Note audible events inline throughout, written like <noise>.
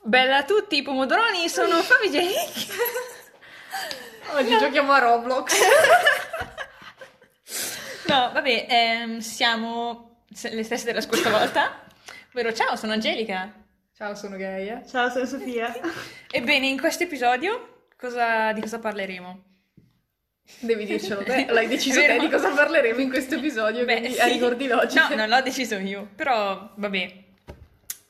Bella a tutti, i pomodoroni sono famigenti. Oggi giochiamo <laughs> a Roblox. No, vabbè, ehm, siamo se- le stesse della scorsa volta. Ovvero, ciao, sono Angelica. Ciao, sono Gaia. Ciao, sono Sofia. Ebbene, in questo episodio cosa- di cosa parleremo? Devi dircelo <laughs> te, l'hai deciso te Vero. di cosa parleremo in questo episodio, Beh, quindi sì. a ricordi logici. No, non l'ho deciso io, però vabbè.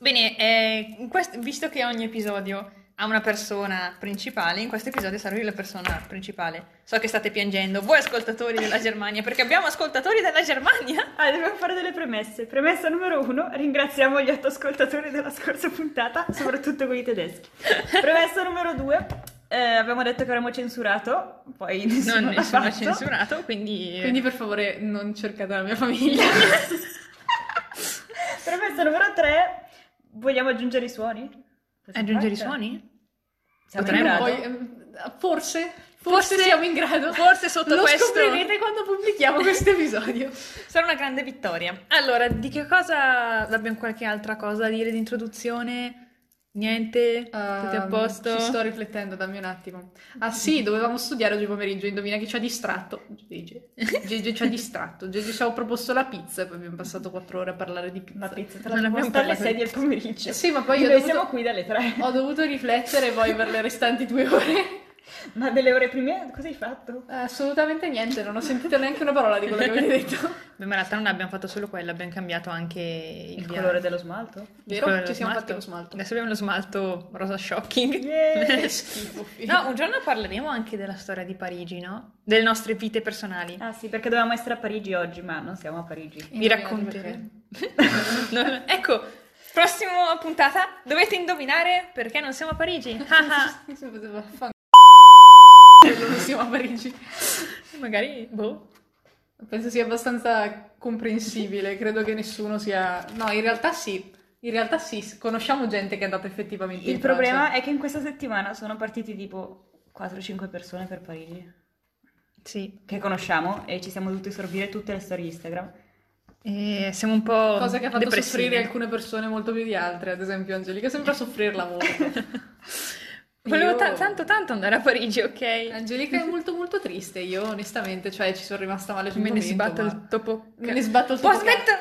Bene, eh, in quest- visto che ogni episodio ha una persona principale, in questo episodio sarò io la persona principale. So che state piangendo, voi ascoltatori della Germania, perché abbiamo ascoltatori della Germania. Allora, dobbiamo Ah, fare delle premesse. Premessa numero uno, ringraziamo gli otto ascoltatori della scorsa puntata, soprattutto quelli tedeschi. Premessa numero due, eh, abbiamo detto che avremmo censurato, poi nessuno Non l'ha nessuno ha fatto. censurato, quindi... Quindi per favore non cercate la mia famiglia. <laughs> Premessa numero tre, vogliamo aggiungere i suoni? Questa <laughs> Aggiungere i parte? suoni? Siamo in Potremmo grado? Poi, ehm, forse, forse, siamo in grado. <laughs> Forse sotto Lo questo... scoprirete <laughs> quando pubblichiamo questo episodio. Sarà una grande vittoria. Allora, di che cosa abbiamo qualche altra cosa da dire di introduzione? Niente? Tutti a Ehm, posto? Ci sto riflettendo, dammi un attimo. Ah sì, dovevamo studiare oggi pomeriggio, indovina chi ci ha distratto. Gigi. <laughs> Gigi ci ha distratto. Gigi ci ha proposto la pizza e poi abbiamo passato quattro ore a parlare di pizza. La pizza te Non la abbiamo posta alle parlato 6 di- del pomeriggio. Cioè, Sì, ma poi Noi io ho dovuto, siamo qui dalle tre. ho dovuto riflettere poi per le restanti due ore. Ma delle ore prime cosa hai fatto? Eh, Assolutamente niente, non ho sentito neanche una parola di quello che avete detto. Beh, ma in realtà non abbiamo fatto solo quella, abbiamo cambiato anche il, Il via- colore <laughs> dello smalto? il <laughs> Vero? colore Ci dello siamo fatti lo smalto. Adesso abbiamo lo smalto rosa shocking. <laughs> Yeah! Schifo, figlio. No, un giorno parleremo anche della storia di Parigi, no? Delle nostre vite personali. Ah sì, perché dovevamo essere a Parigi oggi, ma non siamo a Parigi. Vi racconterò. <laughs> <laughs> Non- Ecco, prossima puntata dovete indovinare perché non siamo a Parigi. <laughs> Ah, ah. Si poteva fare non siamo a Parigi. Magari, boh. Penso sia abbastanza comprensibile, credo che nessuno sia... No, in realtà sì, in realtà sì, conosciamo gente che è andata effettivamente in Il Francia. problema è che in questa settimana sono partiti tipo 4-5 persone per Parigi, Sì, che conosciamo e ci siamo dovuti sorbire tutte le storie Instagram. Eh, siamo un po' Cosa che ha fatto depressivi. soffrire alcune persone molto più di altre, ad esempio Angelica sembra soffrirla molto. Volevo Io- Eh, ta- tanto tanto andare a Parigi, ok? Angelica è molto molto triste, io onestamente, cioè ci sono rimasta male sul Me ne momento, sbatto ma- il topo. Me ne sbatto il Può topo. smettere?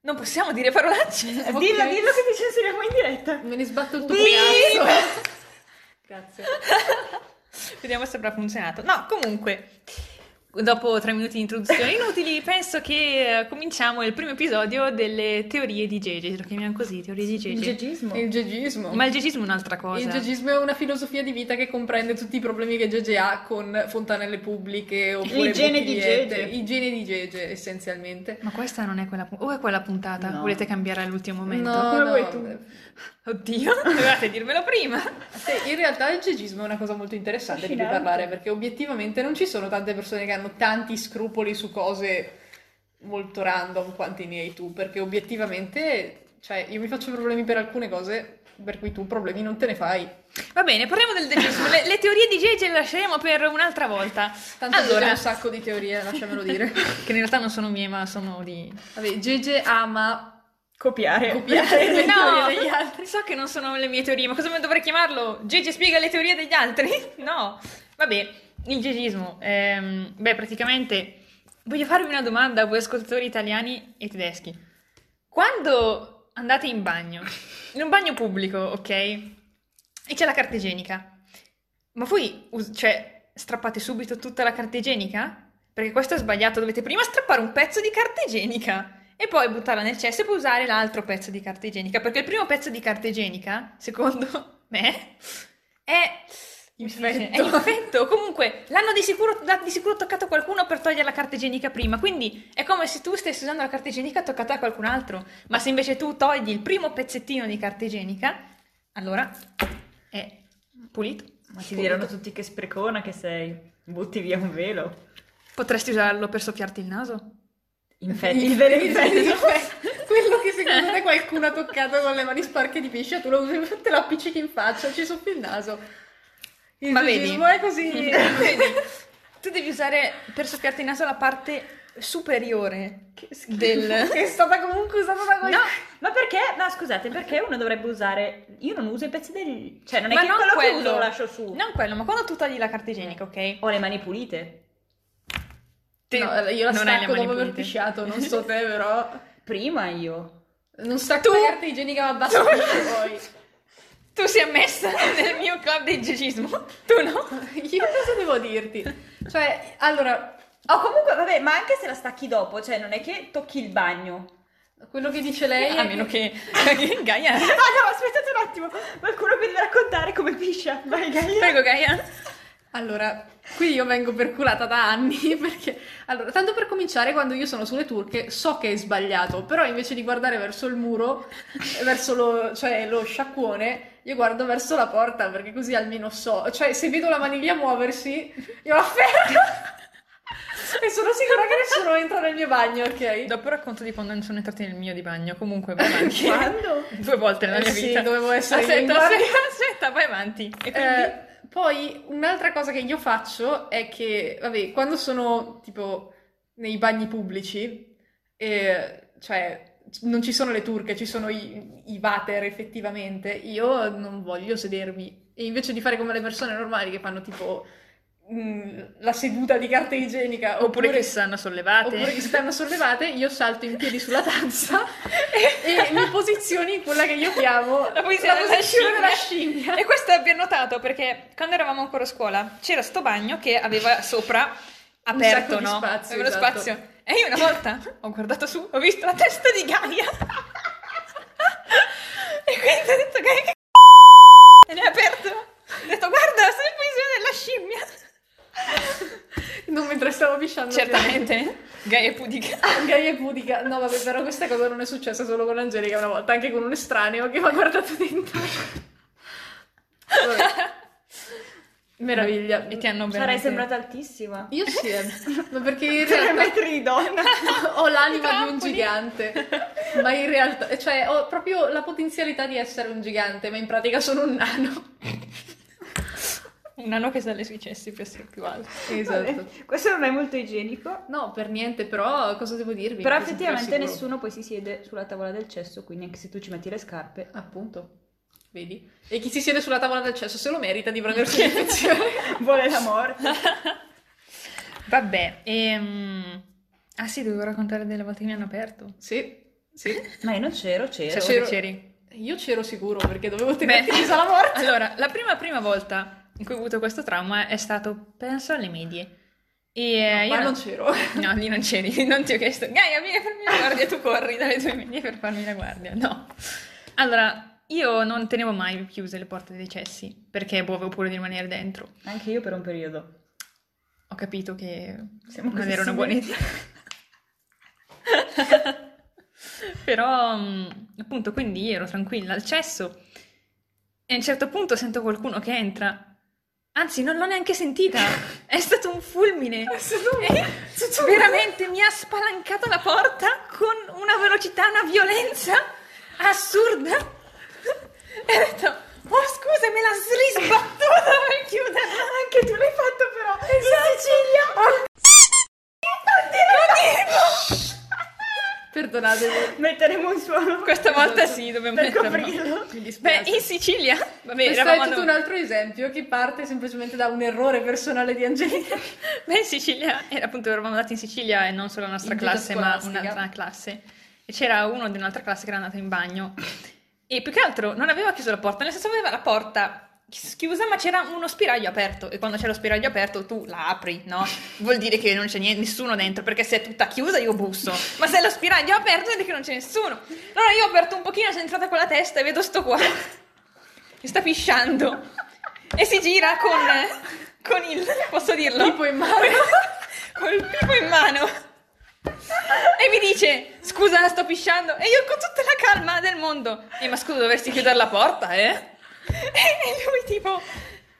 Non possiamo dire parolacce. <laughs> Eh, Ok. Dillo, dillo che ti censuriamo in diretta! Me ne sbatto il tuo Bip! cazzo. Grazie. Vediamo se avrà funzionato. No, comunque, dopo tre minuti di introduzione <laughs> inutili, penso che eh, cominciamo il primo episodio delle teorie di Gege. Lo chiamiamo così, teorie di Il Gege. gegismo. Il gegismo. Ma il gegismo è un'altra cosa. Il gegismo è una filosofia di vita che comprende tutti i problemi che Gege ha con fontanelle pubbliche oppure L'igiene di bottigliette. Gege. Igiene di Gege, essenzialmente. Ma questa non è quella puntata. O è quella puntata? No. Volete cambiare all'ultimo momento? No, Come no. vuoi tu. Oddio, <laughs> dovevate dirmelo prima. Sì, in realtà il gegismo è una cosa molto interessante di cui Affascinante. parlare perché obiettivamente non ci sono tante persone che hanno tanti scrupoli su cose molto random quanti ne hai tu, perché obiettivamente, cioè, io mi faccio problemi per alcune cose per cui tu problemi non te ne fai. Va bene, parliamo del gegismo. Le, le teorie di Gege le lasceremo per un'altra volta. Tanto Gege Allora. ha un sacco di teorie, lasciamelo dire. Che in realtà non sono mie, ma sono di... Vabbè, Gege ama Copiare. <laughs> Copiare. le No, teorie degli altri. so che non sono le mie teorie, ma cosa mi dovrei chiamarlo? Gigi spiega le teorie degli altri? <laughs> No, vabbè, il gegismo. ehm, beh, praticamente voglio farvi una domanda a voi ascoltatori italiani e tedeschi. Quando andate in bagno, in un bagno pubblico, ok? E c'è la carta igienica, ma voi, us- cioè, strappate subito tutta la carta igienica? Perché questo è sbagliato, dovete prima strappare un pezzo di carta igienica e poi buttarla nel cesso e poi usare l'altro pezzo di carta igienica. Perché il primo pezzo di carta igienica, secondo <laughs> me, è Infetto. È infetto. Comunque, l'hanno di sicuro, l'ha di sicuro toccato qualcuno per togliere la carta igienica prima. Quindi è come se tu stessi usando la carta igienica toccata da qualcun altro. Ma se invece tu togli il primo pezzettino di carta igienica, allora è pulito. Ma ti diranno tutti che sprecona che sei. Butti via un velo. Potresti usarlo per soffiarti il naso? Infetti. Il velo <laughs> infetto. Quello che secondo te qualcuno ha toccato con le mani sporche di piscia, tu lo usi, te lo appiccichi in faccia, ci soffi il naso. Il Ma gegismo è così. Vedi? Tu devi usare per soffiarti il naso la parte superiore Che schifo. del... <laughs> Che è stata comunque usata da No, ma perché? No, scusate, perché uno dovrebbe usare... Io non uso i pezzi del... Cioè, non è Ma che non quello, che quello. uso lo lascio su. Non quello, ma quando tu togli la carta igienica, ok? Ho le mani pulite. Te- No, io la non hai le mani stacco dopo aver pulite. pisciato, non <laughs> so te però. Prima io. Non stacco la carta igienica <laughs> ma basta poi. Tu sei ammessa <laughs> nel mio club del giecismo, tu no? <laughs> Io cosa devo dirti? Cioè, allora, Oh, comunque, vabbè, ma anche se la stacchi dopo, cioè, non è che tocchi il bagno. quello che dice lei è A meno che, <laughs> che Gaia... Ah, no, aspettate un attimo. Qualcuno mi deve raccontare come piscia. Vai, Gaia. Prego Gaia. Allora, qui io vengo perculata da anni <laughs> perché... Allora, tanto per cominciare, quando io sono sulle turche so che è sbagliato, però invece di guardare verso il muro, eh, verso lo, cioè, lo sciacquone, io guardo verso la porta perché così almeno so. Cioè, se vedo la maniglia muoversi, io <laughs> la fermo e sono sicura che nessuno entra nel mio bagno, ok? Dopo racconto di quando non sono entrati nel mio di bagno, comunque vai <laughs> avanti. Quando? Due volte nella Eh mia sì, vita. dovevo essere in aspetta, guardia. aspetta, aspetta, vai avanti. E quindi... Eh, poi un'altra cosa che io faccio è che, vabbè, quando sono tipo nei bagni pubblici, eh, cioè non ci sono le turche, ci sono i, i water effettivamente, io non voglio sedermi. E invece di fare come le persone normali che fanno tipo mm, la seduta di carta igienica Oppure che stanno sollevate. <laughs> oppure che stanno sollevate, io salto in piedi sulla tazza e mi posiziono in quella che io chiamo La posizione della della scimmia. scimmia. E questo abbiamo notato perché quando eravamo ancora a scuola c'era sto bagno che aveva sopra aperto, sacco di no? spazio, aveva lo esatto. spazio. E io una volta ho guardato su, ho visto la testa di Gaia. <laughs> e quindi ho detto Gaia che c***o?" E l'hai aperto. Ho detto guarda, sei in posizione della scimmia. Non mentre stavo pisciando. Certamente, Gaia è pudica. Gaia e pudica. No, vabbè, però questa cosa non è successa solo con Angelica una volta, anche con un estraneo che mi ha guardato dentro. Vabbè. Meraviglia. E ti hanno Sarei veramente- sembrata altissima. Certo. Io sì, <laughs> eh. ma perché in Tre realtà metri di <laughs> donna. ho l'anima di un Trampoli. gigante, ma in realtà, cioè, ho proprio la potenzialità di essere un gigante, ma in pratica sono un nano. Un nano che sale sui cessi per essere più alto. Esatto. Vabbè, Questo non è molto igienico. No, per niente, però cosa devo dirvi? Però Mi sento effettivamente sicuro. nessuno poi si siede sulla tavola del cesso, quindi anche se tu ci metti le scarpe. Appunto, vedi? E chi si siede sulla tavola del cesso se lo merita di prendersi <laughs> l'infezione. Vuole la morte. Vabbè, ehm... Ah sì, dovevo raccontare delle volte che mi hanno aperto. Sì, sì. Ma io non c'ero, c'ero. Cioè, Eh, c'ero- se c'eri. Io c'ero sicuro perché dovevo Beh, tenerti chiusa la morte. Allora, la prima prima volta in cui ho avuto questo trauma è stato, penso, alle medie. E eh, io Ma non c'ero. <laughs> No, lì non c'eri, non ti ho chiesto, Gaia, vieni a farmi la guardia, tu corri dalle tue medie per farmi la guardia. No. Allora, io non tenevo mai chiuse le porte dei cessi, perché boh, avevo paura di rimanere dentro. Anche io per un periodo. Ho capito che Siamo non così era una buona simili. idea. <laughs> Però, mh, appunto, quindi ero tranquilla al cesso e a un certo punto sento qualcuno che entra. Anzi, non l'ho neanche sentita. È stato un <laughs> fulmine. E veramente mi ha spalancato la porta con una velocità, una violenza assurda. <laughs> E ho detto, oh scusa, me l'ha srisbattuta per Esatto. chiuderla. Anche tu l'hai fatto però. In Sicilia. <laughs> Perdonatemi. Metteremo un suono Questa volta sì, dobbiamo per metterlo. coprirlo. Mi dispiace. Beh, in Sicilia, vabbè, Questo è eravamo tutto noi. un altro esempio che parte semplicemente da un errore personale di Angelica. Beh, in Sicilia, era appunto eravamo andati in Sicilia e non solo la nostra In gita classe, ma scolastica. un'altra classe. E c'era uno di un'altra classe che era andato in bagno. E più che altro non aveva chiuso la porta, nel senso aveva la porta chiusa, ma c'era uno spiraglio aperto. E quando c'è lo spiraglio aperto, tu la apri, no? Vuol dire che non c'è nie- nessuno dentro, perché se è tutta chiusa io busso. Ma se lo spiraglio è aperto, vuol dire che non c'è nessuno. Allora io ho aperto un pochino, sono entrata con la testa e vedo sto qua. <laughs> Che sta pisciando. E si gira con, con il, posso dirlo? Tipo in <laughs> mano. con il pipo in mano e mi dice scusa sto pisciando e io con tutta la calma del mondo e ma scusa dovresti chiudere la porta eh <laughs> e lui tipo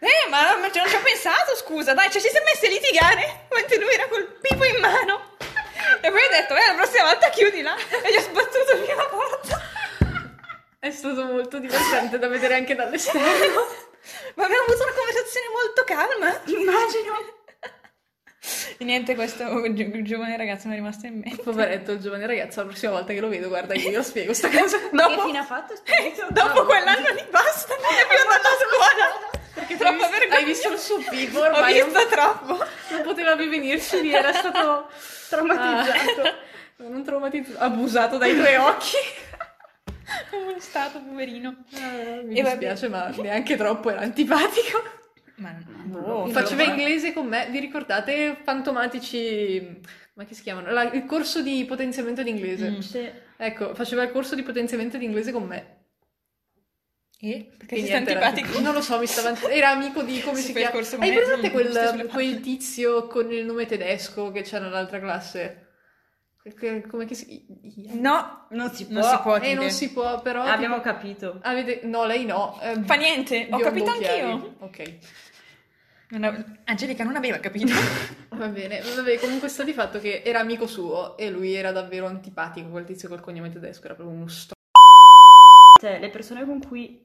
eh ma ma ci- non ci ho pensato scusa dai cioè ci si è messi a litigare mentre lui era col pipo in mano e poi ho detto eh la prossima volta chiudila e gli ho sbattuto via la porta <laughs> È stato molto divertente da vedere anche dall'esterno. ma abbiamo avuto una conversazione molto calma Immagino. Niente, questo gi- giovane ragazzo mi è rimasto in mente. <laughs> Poveretto, il giovane ragazzo, la prossima volta che lo vedo, guarda, io glielo spiego sta cosa. Ma Dopo- che fine ha fatto? Esposito? <laughs> Dopo quell'anno lì basta, non è più andato a scuola. Perché Hai troppo visto- vergogna. Hai visto il suo pico Ho ormai? visto Non, troppo. non poteva più venirci lì, era <laughs> stato Traumatizzato. non traumatizzato, abusato dai tuoi occhi. È stato poverino. Eh, Mi E vabbè. dispiace, ma neanche troppo, era antipatico. Ma no. No, Faceva inglese con me, vi ricordate? Fantomatici, ma che si chiamano? La- il corso di potenziamento d'inglese. Mm. Sì. Ecco, faceva il corso di potenziamento d'inglese con me. E? Perché Quindi sei niente, era- antipatico. Non lo so, mi stava... era amico di come Si si fa il chiama. corso con Hai me, presente mm, giusto sulle quel, palle. quel tizio con il nome tedesco che c'era nell'altra classe? Quel- quel- Come che si... Ian? No, Non si può. non si può. Eh, non Tilde. si può, però... Abbiamo tipo- capito. avete- No, lei no. eh, Fa niente, ho biondo capito chiari. anch'io. Ok. Non ave- Angelica non aveva <laughs> capito. Va bene, vabbè, comunque sta di fatto che era amico suo e lui era davvero antipatico, quel tizio col cognome tedesco, era proprio uno sto... Cioè, le persone con cui,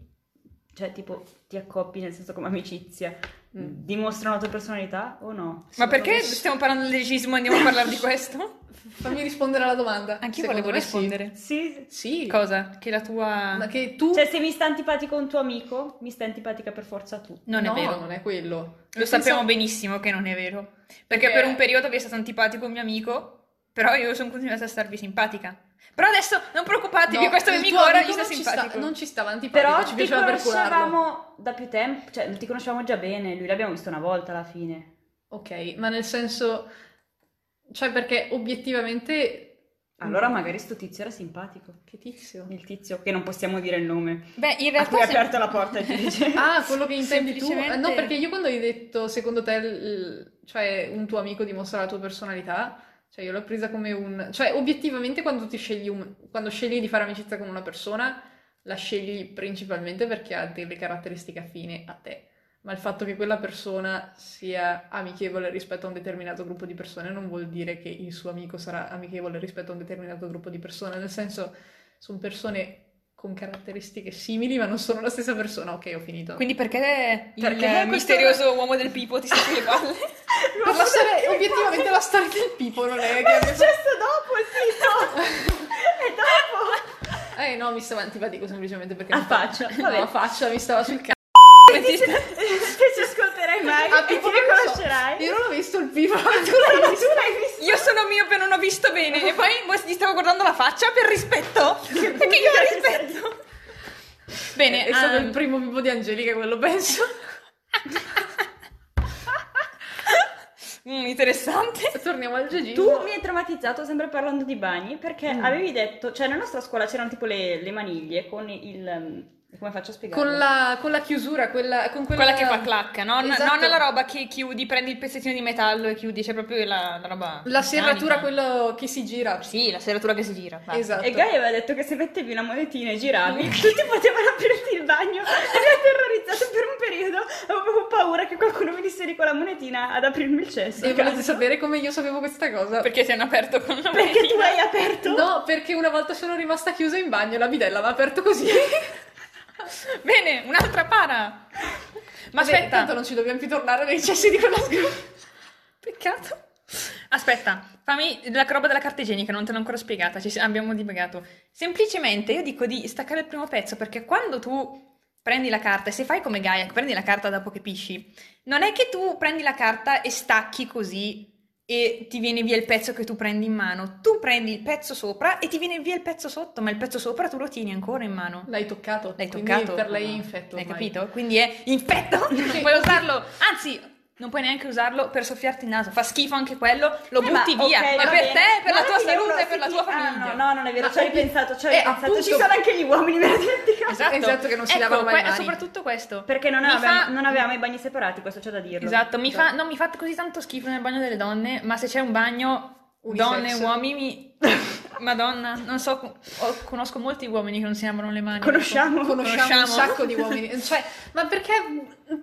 cioè, tipo, ti accoppi nel senso come amicizia, Mm. dimostrano la tua personalità o no? Ma perché Sì. stiamo parlando del legismo e andiamo a parlare di questo? Fammi rispondere alla domanda. Anch'io Secondo volevo me sì. rispondere. Sì. Sì. Cosa? Che la tua... Ma che tu... Cioè, se mi sta antipatico un tuo amico, mi sta antipatica per forza tu. Non no, è vero. non è quello. Lo sappiamo benissimo che non è vero. Perché Perché- per un periodo vi è stato antipatico un mio amico, però io sono continuata a starvi simpatica. Però adesso non preoccupatevi, No, questo mio il amico tuo ora gli amico sta non ci sta- simpatico. non ci stava antipatico, Però ci ti piaceva per curarlo. conoscevamo da più tempo, cioè, ti conoscevamo già bene, lui l'abbiamo visto una volta alla fine. Ok, ma nel senso... Cioè perché obiettivamente... Allora Mm. magari sto tizio era simpatico. Che tizio? Il tizio, che non possiamo dire il nome, Beh, in a realtà... cui ha se- aperto la porta e <laughs> ti dice... Ah, quello che intendi tu? Semplicemente- Eh, No, perché io quando hai detto, secondo te, il- cioè, un tuo amico dimostra la tua personalità, cioè io l'ho presa come un... Cioè, obiettivamente quando ti scegli un... quando scegli di fare amicizia con una persona, la scegli principalmente perché ha delle caratteristiche affine a te. Ma il fatto che quella persona sia amichevole rispetto a un determinato gruppo di persone non vuol dire che il suo amico sarà amichevole rispetto a un determinato gruppo di persone, nel senso, sono persone con caratteristiche simili, ma non sono la stessa persona. Ok, ho finito. <laughs> Quindi perché, Perché il questo- misterioso uomo del pipo ti sta <laughs> sulle palle? Per la storia- obiettivamente la storia del pipo non è <laughs> che È abbia- successo dopo, sì, no! È dopo! Eh no, mi stava antipatico semplicemente perché... A mi stava- faccia, No, vabbè. a faccia, mi stava sul cazzo. Che ci- che ci ascolterai mai A e pipo non lo ti so. riconoscerai. Io non ho visto il pipo. Ma tu l'hai visto? Io sono miope, non ho visto bene. E poi voi gli stavo guardando la faccia per rispetto. <laughs> Perché io ho rispetto. Bene, È stato ehm, il primo pipo di Angelica, quello penso. mm, interessante. Torniamo al Gegino. Tu mi hai traumatizzato sempre parlando di bagni perché Mm. avevi detto, cioè nella nostra scuola c'erano tipo le, le maniglie con il... um, come faccio a spiegarlo? Con la, con la chiusura, quella, con quella... Quella che fa clacca, no? N- Esatto. Non la roba che chiudi, prendi il pezzettino di metallo e chiudi, c'è proprio la, la roba. La serratura, meccanica. quello che si gira. Sì, la serratura che si gira. va. Esatto. E Gai aveva detto che se mettevi una monetina e giravi, Mm. tutti potevano aprirti il bagno. E mi ha terrorizzato per un periodo. Avevo paura che qualcuno venisse lì con la monetina ad aprirmi il cesso. E volete Cazzo. sapere come io sapevo questa cosa? Perché ti hanno aperto con la Perché tu monetina? hai aperto? No, perché una volta sono rimasta chiusa in bagno e la bidella aveva aperto così. Bene, un'altra para. Ma <laughs> Vabbè, aspetta. Tanto non ci dobbiamo più tornare nei cessi di quella scuola. Peccato. <laughs> Aspetta, fammi la roba della carta igienica, non te l'ho ancora spiegata, ci si- abbiamo divagato. Semplicemente io dico di staccare il primo pezzo perché quando tu prendi la carta e se fai come Gaia, che prendi la carta dopo che pisci, non è che tu prendi la carta e stacchi così e ti viene via il pezzo che tu prendi in mano, tu prendi il pezzo sopra e ti viene via il pezzo sotto, ma il pezzo sopra tu lo tieni ancora in mano. L'hai toccato? L'hai quindi toccato? per lei è infetto. Hai ormai. capito? Quindi è <laughs> infetto, non puoi usarlo, anzi, non puoi neanche usarlo per soffiarti il naso, fa schifo anche quello, lo Eh, butti ma, via, ok, ma va per bene. te, per Ma la tua alla fine salute, uno per la si tua chi- ah, famiglia. no, no, non è vero, Ma ci ho perché- ripensato, ci ho Eh, ripensato. appunto- Ci sono anche gli uomini, me l'ha dimenticato. Esatto. Esatto, che non si Ecco, lavano mai que- le mani. Soprattutto questo. Perché non Mi avevamo, fa- non avevamo i bagni separati, questo c'è da dirlo. Esatto, mi fa, non mi fate così tanto schifo nel bagno delle donne, ma se c'è un bagno Unisex. donne e uomini <laughs> mi... Madonna, non so, ho- conosco molti uomini che non si amano le mani. Conosciamo. Conosciamo, Conosciamo. un sacco di uomini. Cioè, ma perché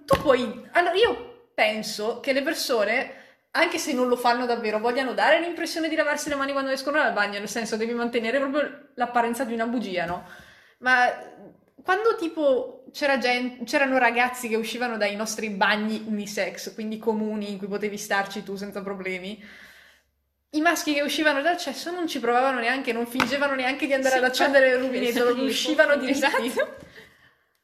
tu puoi... Allora, io penso che le persone, anche se non lo fanno davvero, vogliano dare l'impressione di lavarsi le mani quando escono dal bagno, nel senso devi mantenere proprio l'apparenza di una bugia, no? Ma quando tipo c'era gen- c'erano ragazzi che uscivano dai nostri bagni unisex, quindi comuni in cui potevi starci tu senza problemi. I maschi che uscivano dal cesso non ci provavano neanche, non fingevano neanche di andare Sì, ad accendere il <laughs> infatti, rubinetto, esatto. proprio uscivano di Esatto. <laughs>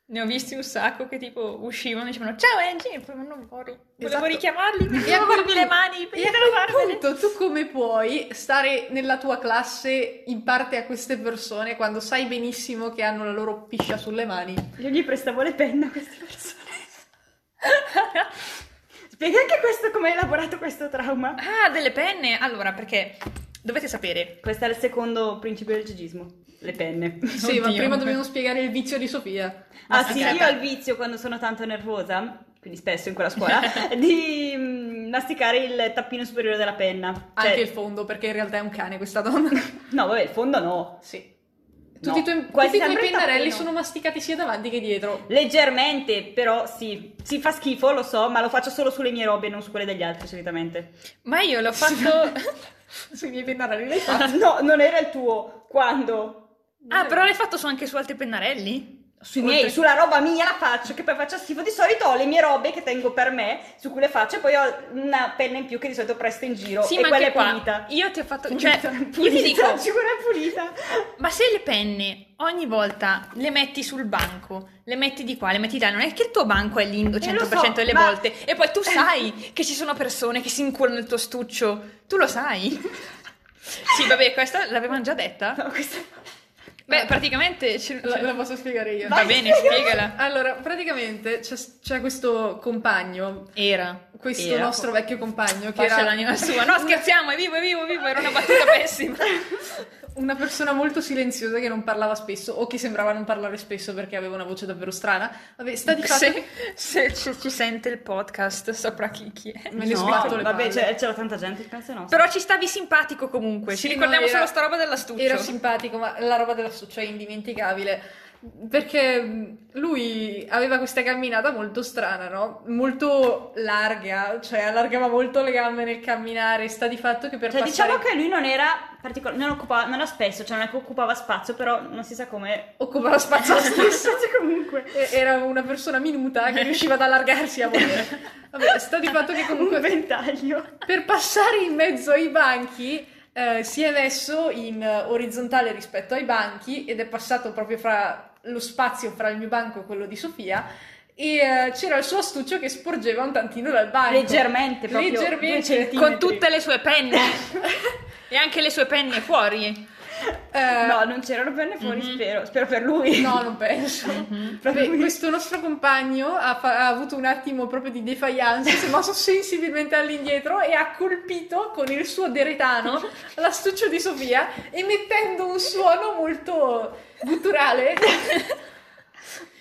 Ne ho visti un sacco che tipo uscivano e dicevano ciao Angie e poi vanno fuori. Volevo Esatto. richiamarli perché E a devo quel lavarmi le mani E perché a devo quel farmele. punto tu come puoi stare nella tua classe in parte a queste persone quando sai benissimo che hanno la loro piscia sulle mani? Io gli prestavo le penne a queste persone. Spieghi anche questo come hai elaborato questo trauma. <laughs> Ah, delle penne? Allora, perché dovete sapere. Questo è il secondo principio del gigismo, le penne. Sì, ma Oddio. prima dobbiamo spiegare il vizio di Sofia. Ah Ma sì, aspetta. io ho il vizio quando sono tanto nervosa, quindi spesso in quella <laughs> scuola, di mm, masticare il tappino superiore della penna. Cioè, Anche il fondo, perché in realtà è un cane questa donna. <laughs> No, vabbè, il fondo no. Sì. Tutti No, i tuoi, tutti quasi i tuoi sempre il pennarelli tappino. sono masticati sia davanti che dietro. Leggermente, però sì, si fa schifo, lo so, ma lo faccio solo sulle mie robe e non su quelle degli altri solitamente. Ma io l'ho fatto... <laughs> Sui miei pennarelli l'hai <laughs> fatto. Ah, no, non era il tuo. Quando? ah, però l'hai fatto su- anche su altri pennarelli? Sui miei, sulla roba mia la faccio, che poi faccio schifo. Di solito ho le mie robe che tengo per me, su cui le faccio, e poi ho una penna in più che di solito presto in giro. Sì, e ma quella anche è qua. pulita. Io ti ho fatto... cioè, io pulita, ti dico... sicura è pulita. Ma se le penne ogni volta le metti sul banco, le metti di qua, le metti di là, non è che il tuo banco è lindo Eh, lo 100% so, delle ma- volte e <laughs> poi tu sai che ci sono persone che si inculano il tuo stuccio, tu lo sai. sì, vabbè, questa l'avevamo già detta. No, questa- Beh, praticamente ce- La, la posso spiegare io. va Vai, bene, spiega. spiegala. Allora, praticamente c'è, c'è questo compagno, Era questo Era. nostro vecchio compagno, che Pace era l'anima sua. No, scherziamo, è vivo, è vivo, è vivo, era una battuta pessima. <laughs> una persona molto silenziosa che non parlava spesso o che sembrava non parlare spesso perché aveva una voce davvero strana. Vabbè, sta di fatto che Se, <laughs> se- se ci sente il podcast, saprà chi, chi è. me ne No, sbatto le Vabbè, palle. c'è- c'era tanta gente che pensa no. Però ci stavi simpatico comunque. Sì, ci ricordiamo no, era- solo sta roba dell'astuccio. Era simpatico, ma la roba dell'astuccio è indimenticabile. Perché mh, lui aveva questa camminata molto strana, no? Molto larga, cioè allargava molto le gambe nel camminare. Sta di fatto che per Cioè, passare diciamo che lui non era particolare, non occupava, non era spesso, cioè non è che occupava spazio, però non si sa <laughs> come. <laughs> occupava spazio stesso. comunque. E- Era una persona minuta che riusciva ad allargarsi <laughs> a volere. Vabbè, sta di fatto che Un comunque ventaglio. per passare in mezzo ai banchi eh, si è messo in eh, orizzontale rispetto ai banchi ed è passato proprio fra lo spazio fra il mio banco e quello di Sofia e eh, c'era il suo astuccio che sporgeva un tantino dal banco. Leggermente, proprio Leggermente. due centimetri. Con tutte le sue penne. <laughs> e anche le sue penne fuori. Eh, Mm-hmm. No, non c'erano penne fuori, Mhm. spero. Spero per lui. <laughs> no, non penso. Mm-hmm. Vabbè, questo nostro compagno ha, fa- ha avuto un attimo proprio di defiance, si è mosso sensibilmente all'indietro e ha colpito con il suo deretano l'astuccio di Sofia emettendo un suono molto <laughs> gutturale.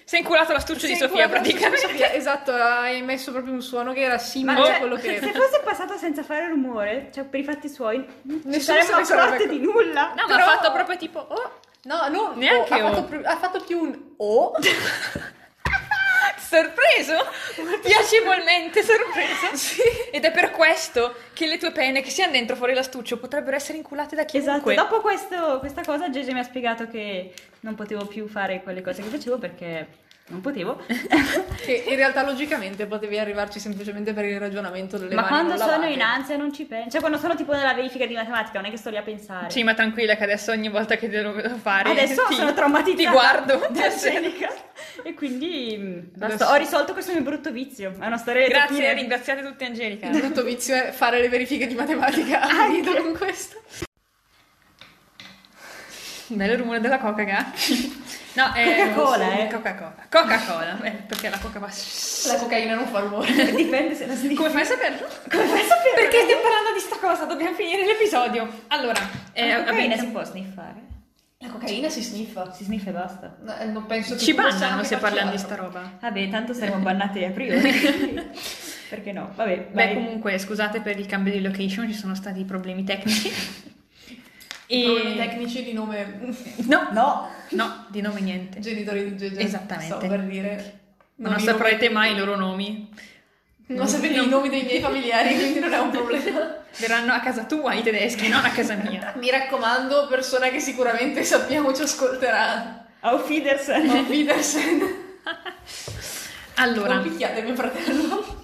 Si è inculato l'astuccio di Sì, Sofia quello della praticamente. Sofia, esatto, hai emesso proprio un suono che era Ma simile cioè, a quello che se era. fosse passato senza fare rumore, cioè per i fatti suoi, non ci Nessuno saremmo se ne sarebbe accorte di nulla. No, ma Però- ha fatto proprio tipo... Oh, No, non Neanche oh. o. o, ha, fatto più, ha fatto più un o. <laughs> sorpreso! Piacevolmente <laughs> sorpreso. Ed è per questo che le tue penne che siano dentro fuori l'astuccio potrebbero essere inculate da Esatto, chiunque. dopo questo- questa cosa Gigi mi ha spiegato che non potevo più fare quelle cose che facevo perché non potevo. <laughs> Che in realtà logicamente potevi arrivarci semplicemente per il ragionamento delle Ma mani. quando non sono lavate. in ansia non ci penso. Cioè, quando sono tipo nella verifica di matematica, non è che sto lì a pensare. Sì, ma tranquilla che adesso ogni volta che te lo vedo fare Adesso ti, sono traumatizzata ti <laughs> guardo. da Angelica. E quindi mh, basta. Adesso- ho risolto questo mio brutto vizio. È una storia di Grazie, tapine. ringraziate tutti Angelica. Il brutto vizio è fare le verifiche di matematica. Ah, con questo. Bello il rumore della coca, ga. No, è Coca-Cola, eh. Coca-Cola. Coca-Cola, beh, perché la coca va... La cocaina non fa rumore. <laughs> Dipende se la <laughs> senti. Come fai a saperlo? Come fai a sapere? Perché stiamo parlando di sta cosa, dobbiamo finire l'episodio. Allora, eh, La cocaina abbiamo- si Ah, può sniffare. La cocaina si sniffa. Si sniffa e basta. No, eh, non penso che ci tu possa bannano anche se farci parliamo di altro. sta roba. Vabbè, tanto <laughs> saremo bannati a priori. Perché no? Vabbè, Beh, vai. comunque, scusate per il cambio di location, ci sono stati problemi tecnici. E- Problemi tecnici di nome <laughs> No, No. no, di nome niente. genitori di Gege. Esattamente. Stavo per dire. Non, i saprete nomi- mai i loro nomi. Non sapete i nomi dei miei familiari, quindi non è un problema. Verranno a casa tua i tedeschi, non a casa mia. Mi raccomando, persona che sicuramente sappiamo ci ascolterà. <laughs> Auf Wiedersehen. Auf Wiedersehen. Allora, Non picchiate mio fratello.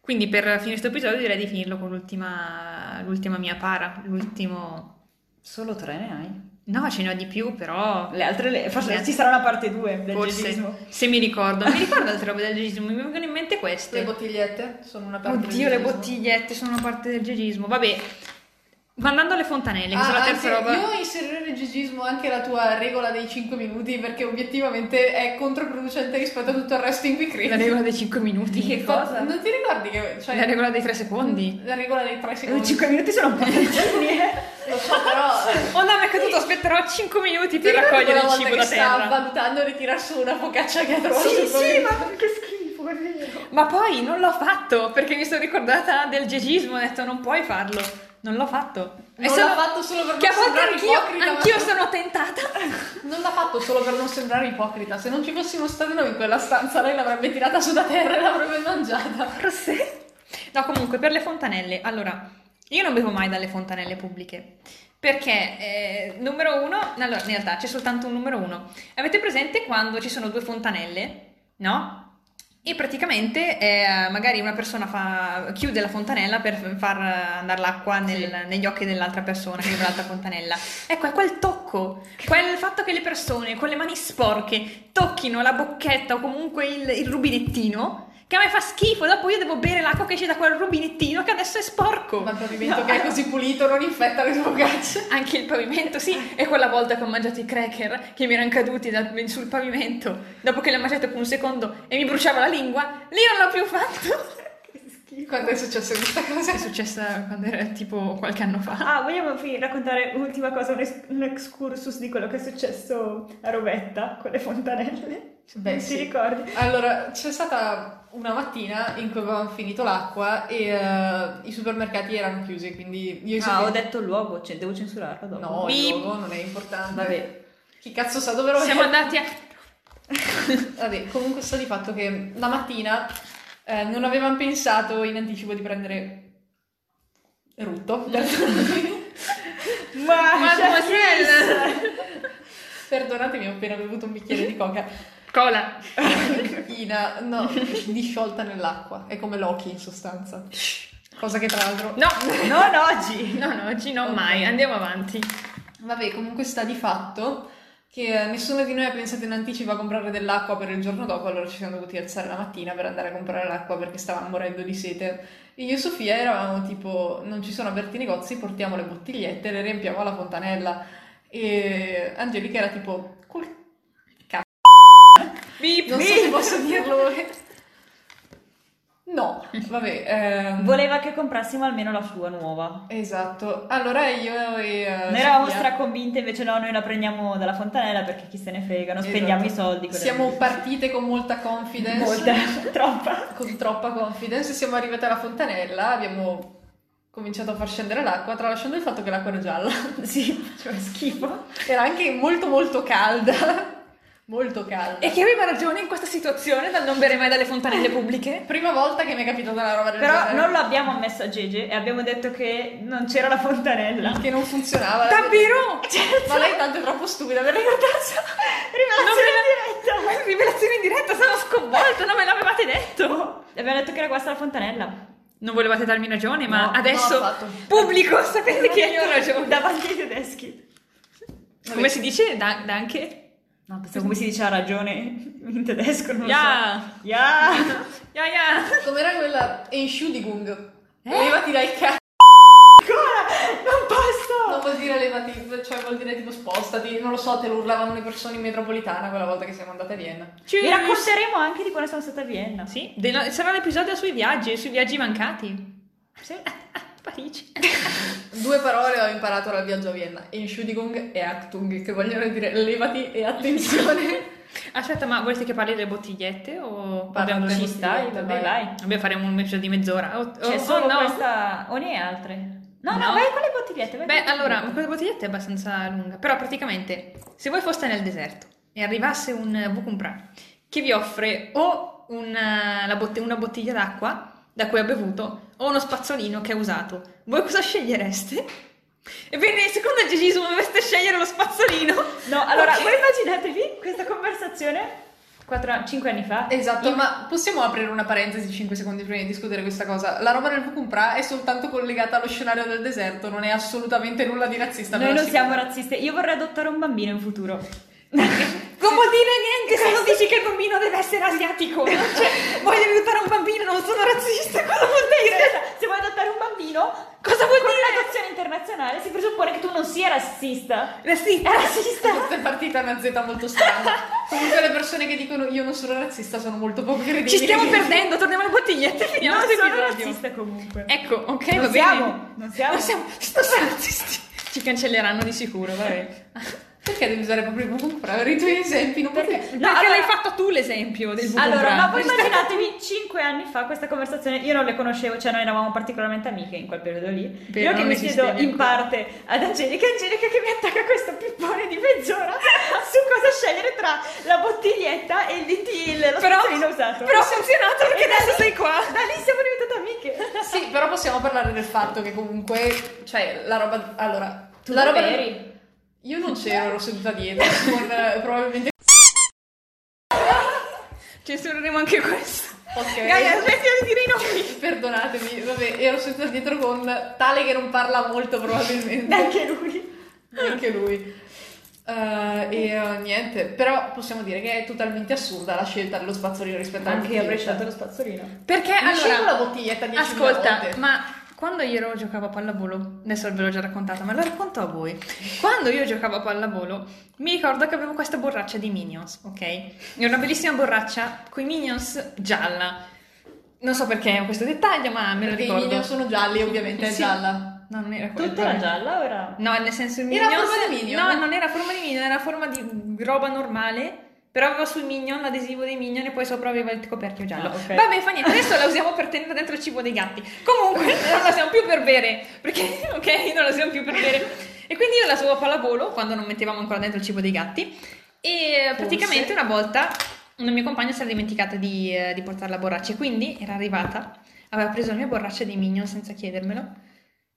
quindi per finire questo episodio direi di finirlo con l'ultima, l'ultima mia para, l'ultimo... Solo tre ne hai. No, ce ne ho di più, però Le altre le... forse Le- ci sarà una parte 2 del forse, jihadismo. se mi ricordo, mi ricordo altre robe del gesismo, mi vengono in mente Le queste. bottigliette sono una parte Oddio, le del turismo. bottigliette sono una parte del gesismo, vabbè. Mandando alle fontanelle, che Ah, sono la anzi, terza roba... Io inserirei nel gigismo anche la tua regola dei 5 minuti perché obiettivamente è controproducente rispetto a tutto il resto in cui credi. La regola dei 5 minuti. Che Fa- cosa? Non ti ricordi che... Cioè, La regola Eh, dei 3 secondi. La regola dei 3 secondi. 5 Eh, minuti sono un po' <laughs> tantini, eh. Lo so, <laughs> però... eh, Oh no, mi è caduto, aspetterò 5 minuti Ti per ricordi raccogliere quella il volta cibo da che terra. stava valutando di tirar su una focaccia che ha trovato Sì, sul sì, comino? ma che schifo, è vero. Ma poi non l'ho fatto perché mi sono ricordata del gesismo e ho detto non puoi farlo. Non l'ho fatto. Non l'ha fatto solo per Che a non volte sembrare anch'io, ipocrita, ma- anch'io sono tentata. <laughs> Non l'ha fatto solo per non sembrare ipocrita. Se non ci fossimo stati noi in quella stanza, lei l'avrebbe tirata su da terra e l'avrebbe <laughs> mangiata. Forse. No, comunque, per le fontanelle. Allora, io non bevo mai dalle fontanelle pubbliche. Perché, eh, numero uno, allora, in realtà c'è soltanto un numero uno. Avete presente quando ci sono due fontanelle, no? E praticamente eh, magari una persona fa- chiude la fontanella per f- far andare l'acqua nel- negli occhi dell'altra persona che vive l'altra fontanella. Ecco, è quel tocco, quel fatto che le persone con le mani sporche tocchino la bocchetta o comunque il, il rubinettino che a me fa schifo, dopo io devo bere l'acqua che esce da quel rubinettino che adesso è sporco. Ma il pavimento No. che è così pulito non infetta le focacce. Anche il pavimento, sì, e quella volta che ho mangiato i cracker che mi erano caduti dal- sul pavimento, dopo che li ho mangiati per un secondo e mi bruciava la lingua, lì non l'ho più fatto. Che schifo. Quando è successa questa cosa? È successa quando era tipo qualche anno fa. Ah, vogliamo fi- raccontare un'ultima cosa, un, es- un excursus di quello che è successo a Rovetta con le fontanelle? Beh, Ti sì. ricordi? Allora, c'è stata una mattina in cui avevamo finito l'acqua e eh, i supermercati erano chiusi, quindi io e Sofia- Ah, detto il luogo, devo censurarlo No, il Bip. logo non è importante. Vabbè. Chi cazzo sa dove lo Siamo andati a... Vabbè, comunque sta di fatto che la mattina eh, non avevamo pensato in anticipo di prendere rutto Mm. Ma, cioè, Mademoiselle! Perdonatemi, ho appena bevuto un bicchiere di coca. <laughs> Cola. Ina, <laughs> no, disciolta nell'acqua. È come Loki in sostanza. Cosa che tra l'altro... No, Non oggi! no, no, oggi non Ok. mai. Andiamo avanti. Vabbè, comunque sta di fatto che eh, nessuno di noi ha pensato in anticipo a comprare dell'acqua per il giorno dopo, allora ci siamo dovuti alzare la mattina per andare a comprare l'acqua perché stavamo morendo di sete. E io e Sofia eravamo tipo, non ci sono aperti i negozi, portiamo le bottigliette, le riempiamo alla fontanella. E Angelica era tipo, col cazzo, Bip, non so bip. se posso dirlo. No, vabbè. ehm, Voleva che comprassimo almeno la sua nuova. Esatto, allora io e... eh, Noi eravamo Sofia- straconvinte, invece no, noi la prendiamo dalla fontanella perché chi se ne frega, non spendiamo Esatto. i soldi. quella Siamo lì. partite con molta confidence. Molta, <laughs> troppa. Con troppa confidence. Siamo arrivate alla fontanella, abbiamo cominciato a far scendere l'acqua, tralasciando il fatto che l'acqua era gialla. <laughs> Sì, cioè schifo. Era anche molto molto calda. Molto calda. E chi aveva ragione in questa situazione dal non bere mai dalle fontanelle pubbliche? Prima volta che mi è capitata una roba del Però genere. non l'abbiamo ammesso a Gege e abbiamo detto che non c'era la fontanella. <laughs> Che non funzionava. Davvero? Cioè, Ma lei tanto è troppo stupida per cioè. ricordarsi. Rivelazione in diretta! Rivelazione in diretta, sono sconvolta, non me l'avevate detto. Oh, abbiamo detto che era questa la fontanella. Non volevate darmi ragione, ma No, adesso no, affatto. pubblico, sapete che io ho ragione. <laughs> Davanti ai tedeschi. Come si dice? Da, da anche? No, pensavo come si dice ha ragione in tedesco, non Ya. so. Ya! <laughs> Ya ya. Com'era quella Enschuldigung? Eh? Levati dai cazzo. Ancora! Non posso! Non vuol dire levati, cioè vuol dire tipo spostati, non lo so, te lo urlavano le persone in metropolitana quella volta che siamo andate a Vienna. Vi Tschüss. racconteremo anche di quando sono stata a Vienna. Cioè, Sì, del- sarà l'episodio sui viaggi, sui viaggi mancati. Sì. <laughs> Parigi. Due parole ho imparato dal viaggio a Vienna, Entschuldigung e Achtung, che vogliono dire levati e <laughs> attenzione. Aspetta, ma volete che parli delle bottigliette o Parla abbiamo delle sì, bottigliette. Dai, Vai, vai, vai. Vabbè, faremo un episodio di mezz'ora. O- C'è o- solo o Cioè, no. Oh, questa o ne altre. No, no, No. vai con le bottigliette. Vai Beh, con le allora, bottigliette. questa bottiglietta è abbastanza lunga, però praticamente se voi foste nel deserto e arrivasse un Vucumpra che vi offre o una, la botte- una bottiglia d'acqua da cui ha bevuto o uno spazzolino che ha usato, voi cosa scegliereste? Ebbene, secondo il gesismo dovreste scegliere lo spazzolino. No, allora, Ok. voi immaginatevi questa conversazione 5 anni fa. Esatto, in- ma possiamo aprire una parentesi 5 secondi prima di discutere questa cosa? La roba del Vucumpra è soltanto collegata allo scenario del deserto, non è assolutamente nulla di razzista. ve Noi lo non assicuro. siamo razziste. Io vorrei adottare un bambino in futuro. Non vuol dire niente se non dici che il bambino deve essere <laughs> asiatico. no? Cioè, voglio aiutare un bambino, non sono razzista. Cosa vuol dire? Scusa, esatto. se vuoi adottare un bambino, Cosa vuol con dire? l'adozione internazionale si presuppone che tu non sia razzista. Razzista. È razzista. Questa è partita una zeta molto strana. Comunque le persone che dicono io non sono razzista sono molto poco credibili. Ci stiamo perdendo, torniamo alle bottigliette. Finiamo non questo sono episodio. razzista comunque. Ecco, ok, Non va siamo, bene. non siamo. Non siamo. Non siamo razzisti. Ci cancelleranno di sicuro, vabbè. Perché devi usare proprio il Vucumpra? Ora i tuoi esempi, non perché... No, allora- l'hai fatto tu l'esempio del buco Allora, bravo. ma voi <laughs> immaginatevi 5 anni fa questa conversazione, io non le conoscevo, cioè noi eravamo particolarmente amiche in quel periodo lì. Beh, io che non mi esistevi chiedo in ancora. parte ad Angelica, Angelica che mi attacca questo pippone di mezz'ora su cosa scegliere tra la bottiglietta e il DT, il- lo Però, spazzolino usato. però ha funzionato perché E da adesso lì- sei qua. Da lì siamo diventate amiche. Sì, però possiamo parlare del fatto che comunque, cioè, la roba... Allora, Tu la roba... eri. Io non c'ero, ero seduta dietro, con eh, probabilmente... Censureremo anche questo. Ok. Gaia, smettila di dire i nomi. Perdonatemi, vabbè, ero seduta dietro con tale che non parla molto probabilmente, Anche lui. anche lui. Eh, e eh, niente, però possiamo dire che è totalmente assurda la scelta dello spazzolino rispetto Eh, alla Anche io avrei bottiglietta. scelto lo spazzolino. Perché Mi scelgo la allora... bottiglietta 10.000 Ascolta, volte. ma quando io ero- giocavo a pallavolo, adesso ve l'ho già raccontata, ma la racconto a voi. Quando io giocavo a pallavolo, mi ricordo che avevo questa borraccia di Minions, ok? Era una bellissima borraccia con i Minions gialla. Non so perché ho questo dettaglio, ma me lo Perché i ricordo. minion sono gialli, ovviamente è Sì. gialla. No, non era quello. Tutta era gialla ora? No, nel senso il Era Minions... forma di Minion? No, non era forma di Minion, era forma di roba normale. Però aveva sul Minion l'adesivo dei Minion e poi sopra aveva il coperchio giallo. Ah, ok. Vabbè, fa niente. Adesso la usiamo per tenere dentro il cibo dei gatti. Comunque, <laughs> non la usiamo più per bere. Perché, <laughs> ok, non la usiamo più per bere. E quindi io la usavo a pallavolo quando non mettevamo ancora dentro il cibo dei gatti. E praticamente una volta una mia compagna si era dimenticata di, eh, di portare la borraccia. E quindi era arrivata, aveva preso la mia borraccia di Minion senza chiedermelo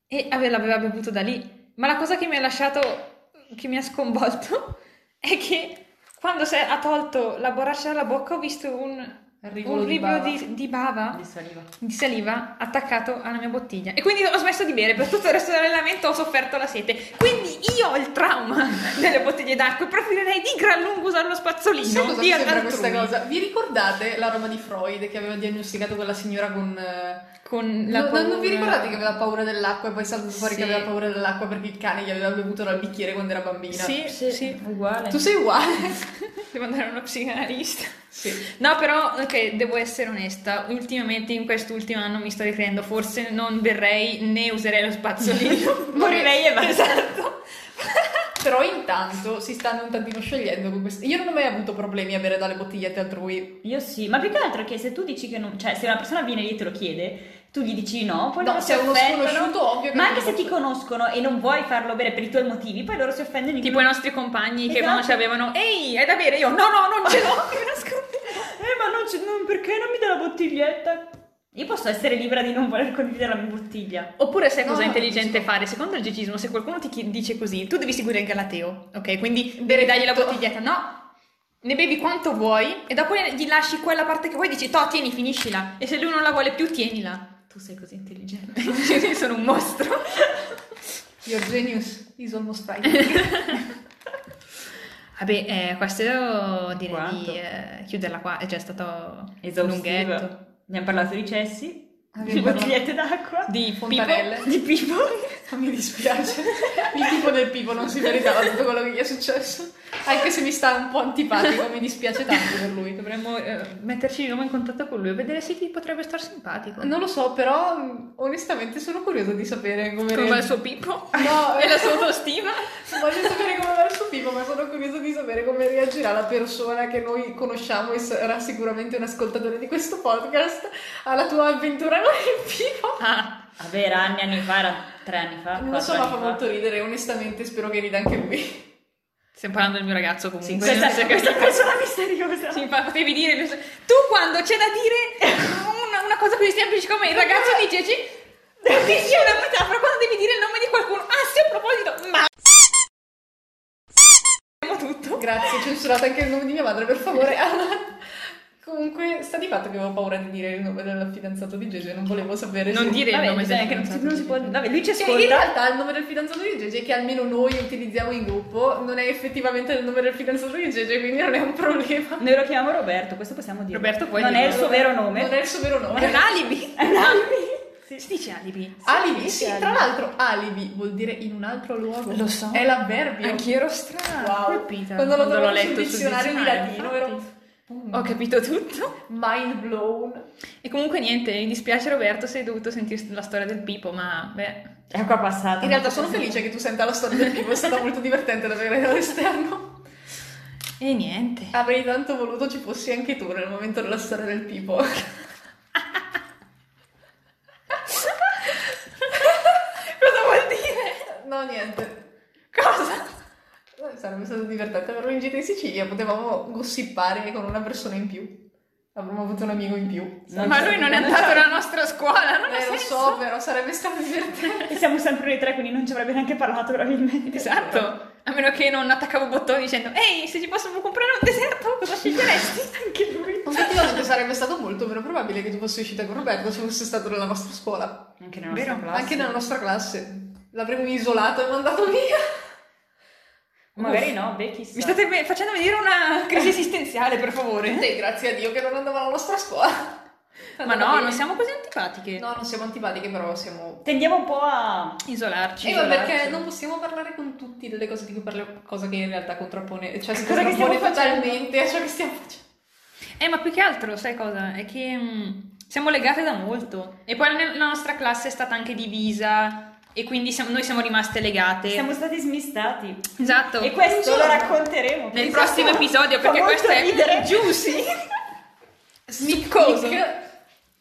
e ave- l'aveva bevuto da lì. Ma la cosa che mi ha lasciato, che mi ha sconvolto, <laughs> è che quando se- ha tolto la borraccia dalla bocca ho visto un, Arrivo un di rivolo bava. di, di bava, Di saliva. di saliva, attaccato alla mia bottiglia. E quindi ho smesso di bere, per tutto il resto dell'allenamento ho sofferto la sete. Quindi io ho il trauma <laughs> delle bottiglie d'acqua e preferirei di gran lungo usare lo spazzolino. Sai cosa di mi sembra altrui. questa cosa? Vi ricordate la roba di Freud che aveva diagnosticato quella signora con... eh, Con la no, no, non vi paura. ricordate che aveva paura dell'acqua e poi è saltato fuori Sì. che aveva paura dell'acqua perché il cane gli aveva bevuto dal bicchiere quando era bambina? Sì, sì, sì. uguale. Tu sei uguale. <laughs> Devo andare a uno psicanalista. sì. No, però, ok, devo essere onesta. Ultimamente, in quest'ultimo anno, mi sto ricreando. Forse non berrei né userei lo <laughs> spazzolino. Morirei e basta. esatto. Però intanto si stanno un tantino sciogliendo con questo. Io non ho mai avuto problemi a bere dalle bottigliette altrui. Io sì, ma più che altro che se tu dici che non. cioè, se una persona viene lì e te lo chiede, tu gli dici no, poi No, loro si se è uno offendono. sconosciuto, ovvio che Ma non anche gli se ti posso- conoscono e non vuoi farlo bere per i tuoi motivi, poi loro si offendono e Tipo i dicono, nostri compagni che Esatto. quando ci avevano, ehi, è da bere? Io, no, no, non ce l'ho, <laughs> mi nascondo. Eh, ma non, c'è- non- perché non mi dai la bottiglietta? Io posso essere libera di non voler condividere la mia bottiglia. Oppure sai No, cosa è no, intelligente no. fare? Secondo il gecismo, se qualcuno ti chi- dice così, tu devi seguire il galateo, ok? Quindi devi dargli la tutto. bottiglietta. No, ne bevi quanto vuoi e dopo gli lasci quella parte che vuoi dici, to, tieni, finiscila. E se lui non la vuole più, tienila. Tu sei così intelligente. <laughs> Io sono un mostro. Your genius is almost right. Vabbè, eh, questo direi Quanto? di eh, chiuderla qua, è già stato lunghetto. Esaustivo. Ne abbiamo parlato di cessi, di Abbiamo parlato bottigliette d'acqua, Di fontanelle. Pipo- Di <laughs> Pipo. Mi dispiace. Il tipo del pipo non si meritava tutto quello che gli è successo. Anche se mi sta un po' antipatico, mi dispiace tanto per lui. Dovremmo eh, metterci di nuovo in contatto con lui e vedere se ti potrebbe star simpatico. Non lo so, però mh, onestamente sono curiosa di sapere come... Come eh, va il reagisce. suo Pippo? No, E la sua autostima? Voglio sapere come va il suo tipo, ma sono curiosa di sapere come reagirà la persona che noi conosciamo e sarà sicuramente un ascoltatore di questo podcast alla tua avventura <laughs> con il tipo. Ah, Vabbè, era anni anni fa, era tre anni fa. Non lo quattro so, ma anni fa fa. molto ridere, onestamente spero che rida anche lui. stiamo parlando del mio ragazzo comunque. Sì, questa, non so che- questa è una persona misteriosa. Sì, ma potevi dire... Tu quando c'è da dire una, una cosa così semplice come il ragazzo di Gigi, dici una metafora quando devi dire il nome di qualcuno. Ah sì, a proposito, ma... Grazie, censurate anche il nome di mia madre, per favore. Alla, sta di fatto che avevo paura di dire il nome del fidanzato di Gege, non volevo sapere Non se... dire il Vabbè, nome bisogna del che non si, fidanzato non di si può... Gigi. Vabbè, lui ci Che in ascolta. realtà il nome del fidanzato di Gege, che almeno noi utilizziamo in gruppo, non è effettivamente il nome del fidanzato di Gege, quindi non è un problema. Noi lo chiamiamo Roberto, questo possiamo dire. Roberto puoi Non è dirlo. il suo vero nome. Non è il suo vero È un nome. alibi. È un alibi. Sì. Si dice alibi. Alibi, sì, sì, tra alibi. l'altro alibi vuol dire in un altro luogo. Lo so. È l'avverbio. Anch'io ero strana. Wow. Colpita. Quando l'ho trovato sul letto dizionario di latino infatti. ero- Mm. Ho capito tutto. Mind blown. E comunque niente, mi dispiace Roberto se hai dovuto sentire la storia del Pipo, ma beh... È qua passata. Ah, In realtà sono felice che tu senta la storia del tipo, è stata molto divertente da vedere dall'esterno. E niente. Avrei tanto voluto ci fossi anche tu nel momento della storia del <laughs> tipo. Cosa vuol dire? No, niente. Cosa? Eh, Sarebbe stato divertente averlo in gita in Sicilia, potevamo gossipare con una persona in più. Avremmo avuto un amico in più. Non ma so lui che non è cosa andato c'è. alla nostra scuola, non ha Eh, lo senso. so, però sarebbe stato divertente. E siamo sempre noi tre, quindi non ci avrebbe neanche parlato probabilmente. Esatto. A meno che non attaccavo bottoni dicendo Ehi, se ci posso comprare un deserto, cosa sceglieresti? <laughs> Anche <laughs> lui. Effettivamente sarebbe stato molto meno probabile che tu fossi uscita con Roberto se fosse stato nella nostra scuola. Anche nella nostra Vero, classe. Anche nella nostra classe. L'avremmo isolato e mandato via. Magari no, beh, chissà. Mi state ve- facendo venire una crisi esistenziale, per favore. Te, grazie a Dio che non andava alla nostra scuola. Ma no, non siamo così antipatiche. No, non siamo antipatiche, però siamo... Tendiamo un po' a... Isolarci. Eh, ma isolarci. perché non possiamo parlare con tutti delle cose di cui parliamo, cosa che in realtà contrappone, cioè si Cosa che contrappone stiamo facendo? totalmente a ciò che stiamo facendo. Eh, ma più che altro, sai cosa? È che mh, siamo legate da molto. E poi la la nostra classe è stata anche divisa e quindi siamo- noi siamo rimaste legate. Siamo stati smistati. Esatto. E questo lo Giorno. racconteremo. Nel Penso prossimo sia- episodio, fa perché molto questo è <laughs> ridere. juicy. Smiccoso.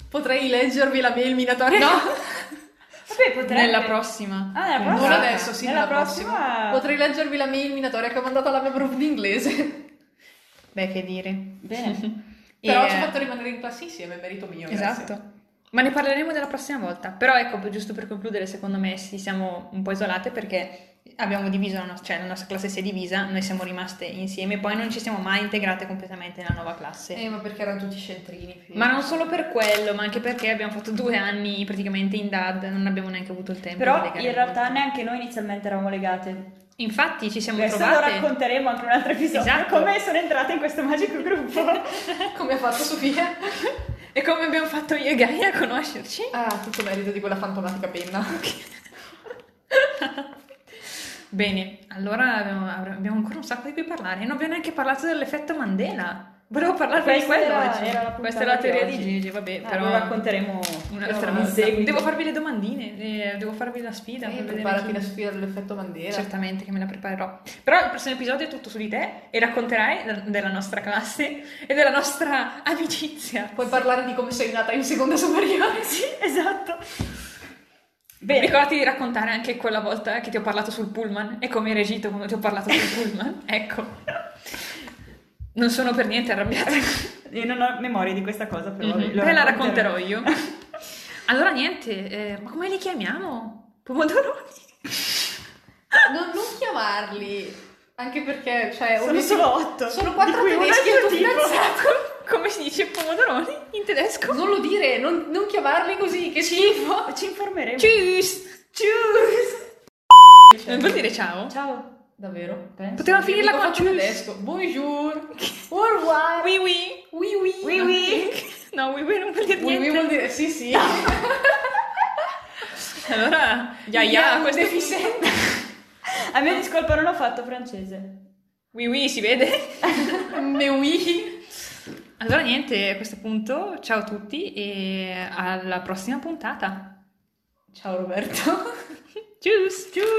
Potrei leggervi la mail minatoria? Vabbè, potrebbe. Nella prossima. Ah, nella <laughs> Non prossima. adesso, sì, nella prossima. Potrei leggervi la mail minatoria che ho mandato alla mia prof di inglese. Beh, che dire. Bene. <laughs> E- Però ci ha fatto rimanere in classe insieme, merito Eh mio. grazie. Esatto. Ma ne parleremo della prossima volta. Però ecco, giusto per concludere, secondo me sì, siamo un po' isolate perché abbiamo diviso, la nostra, cioè la nostra classe si è divisa, noi siamo rimaste insieme, poi non ci siamo mai integrate completamente nella nuova classe. Eh, ma perché erano tutti scentrini. quindi. Ma non solo per quello, ma anche perché abbiamo fatto due anni praticamente in DAD, non abbiamo neanche avuto il tempo. di Però legare in realtà molto. neanche noi inizialmente eravamo legate. Infatti ci siamo Questo lo trovate. racconteremo anche in un altro episodio. Esatto. Come sono entrata in questo magico gruppo. <laughs> Come ha fatto Sofia? E come abbiamo fatto io e Gaia a conoscerci? Ah, tutto merito di quella fantomatica penna. <laughs> Bene, allora abbiamo, avre- abbiamo ancora un sacco di cui parlare. Non abbiamo neanche parlato dell'effetto Mandela. Volevo parlarvi di Questa quello era- oggi. era la Questa è la puntata teoria di di oggi. Gigi, vabbè, Ah, però lo racconteremo un'altra in volta. seguito. Devo farvi le domandine, eh, devo farvi la sfida Eh, per vedere preparati chi- la sfida dell'effetto Mandela. Certamente che me la preparerò. Però il prossimo episodio è tutto su di te e racconterai de- della nostra classe e della nostra amicizia. Puoi parlare di come sei nata in seconda superiore? Sì, esatto. Bene. Ricordati di raccontare anche quella volta che ti ho parlato sul pullman e come hai reagito quando ti ho parlato sul pullman. <laughs> Ecco. Non sono per niente arrabbiata. Eh, Io non ho memoria di questa cosa, però. Mhm. lo Te la racconterò io. Allora niente, eh, ma come li chiamiamo? <laughs> Pomodoroni? Non, non chiamarli. Anche perché, cioè, Sono ogni- solo otto. Sono quattro Eh, di cui uno è tedeschi e il tuo tu tipo. <laughs> fidanzato. Come si dice pomodoroni in tedesco? Non lo dire, non, non chiamarli così, che schifo. Ci informeremo. Tschüss! Tschüss! Non vuol dire ciao? Ciao. Cioè, Davvero? Penso. Potevamo finirla Io con dico, faccio tschüss. tedesco. Bonjour. Au revoir. Oui oui. Oui, oui. Oui oui. No, oui oui non vuol dire Oui, oui niente. vuol dire sì, <laughs> sì. Allora, ya Yeah, ya, un questo deficiente. <laughs> A me di scolpa non ho fatto francese. Oui oui, si vede. <laughs> Me oui. Allora niente, a questo punto ciao a tutti e alla prossima puntata. Ciao Roberto. Tschüss! Tschüss!